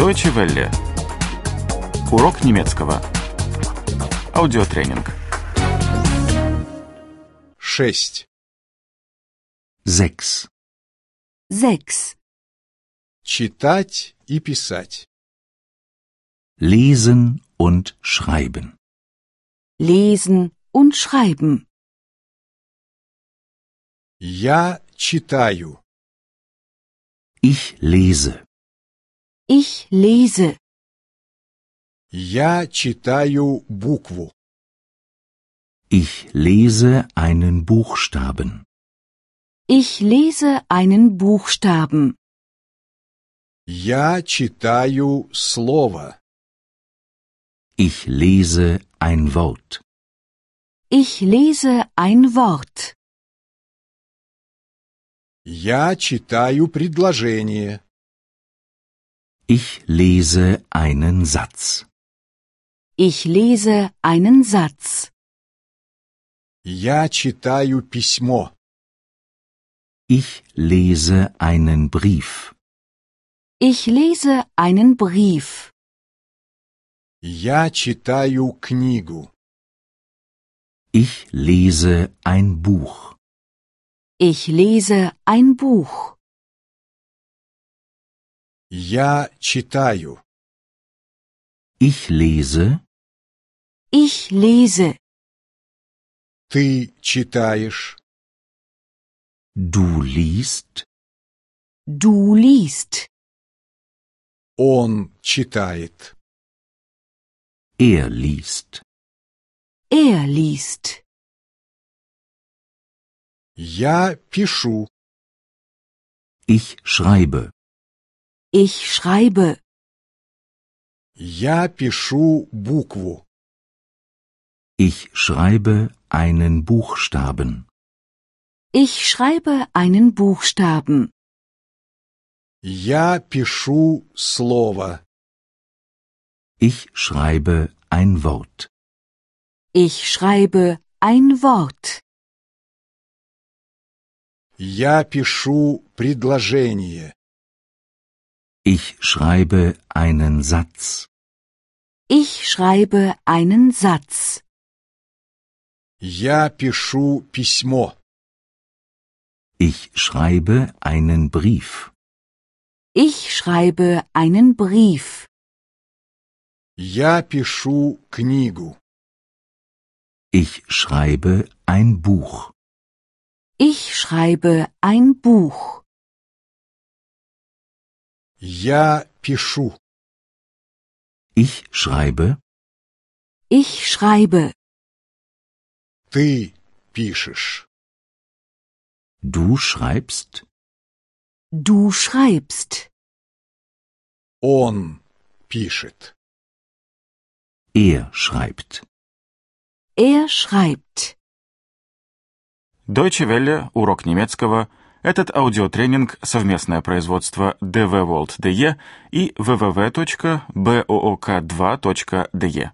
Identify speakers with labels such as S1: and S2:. S1: Deutsche Welle. Урок немецкого. Аудиотренинг.
S2: 6.
S3: 6.
S4: 6.
S2: Читать и писать.
S3: Lesen und Schreiben.
S4: Lesen und Schreiben.
S2: Я читаю.
S3: Ich lese.
S4: Ich lese.
S2: Я читаю букву.
S3: Ich lese einen Buchstaben.
S4: Ich lese einen Buchstaben.
S2: Я читаю слово.
S3: Ich lese ein Wort.
S4: Ich lese ein Wort.
S2: Я читаю предложение.
S3: Ich lese einen Satz.
S4: Ich lese einen Satz.
S2: Я читаю письмо.
S3: Ich lese einen Brief.
S4: Ich lese einen Brief.
S2: Я читаю книгу.
S3: Ich lese ein Buch.
S4: Ich lese ein Buch.
S2: Я читаю.
S3: Ich lese.
S4: Ich lese.
S2: Ты читаешь.
S3: Du liest.
S4: Du liest.
S2: Он читает.
S3: Er liest.
S4: Er liest.
S2: Я пишу.
S3: Ich schreibe.
S4: Ich schreibe.
S2: Я пишу букву.
S3: Ich schreibe einen Buchstaben.
S4: Ich schreibe einen Buchstaben.
S2: Я пишу слово.
S3: Ich schreibe ein Wort.
S4: Ich schreibe ein Wort.
S2: Я пишу предложение.
S3: Ich schreibe einen Satz.
S4: Ich schreibe einen Satz.
S2: Я пишу письмо.
S3: Ich schreibe einen Brief.
S4: Ich schreibe einen Brief.
S2: Я пишу книгу.
S3: Ich schreibe ein Buch.
S4: Ich schreibe ein Buch.
S2: Я пишу.
S3: Ich schreibe.
S4: Ich schreibe.
S2: Ты пишешь.
S3: Du schreibst.
S4: Du schreibst.
S2: Он пишет.
S3: Er schreibt.
S4: Er schreibt.
S1: Deutsche Welle. Урок немецкого. Этот аудиотренинг – совместное производство DW World DE и www.book2.de.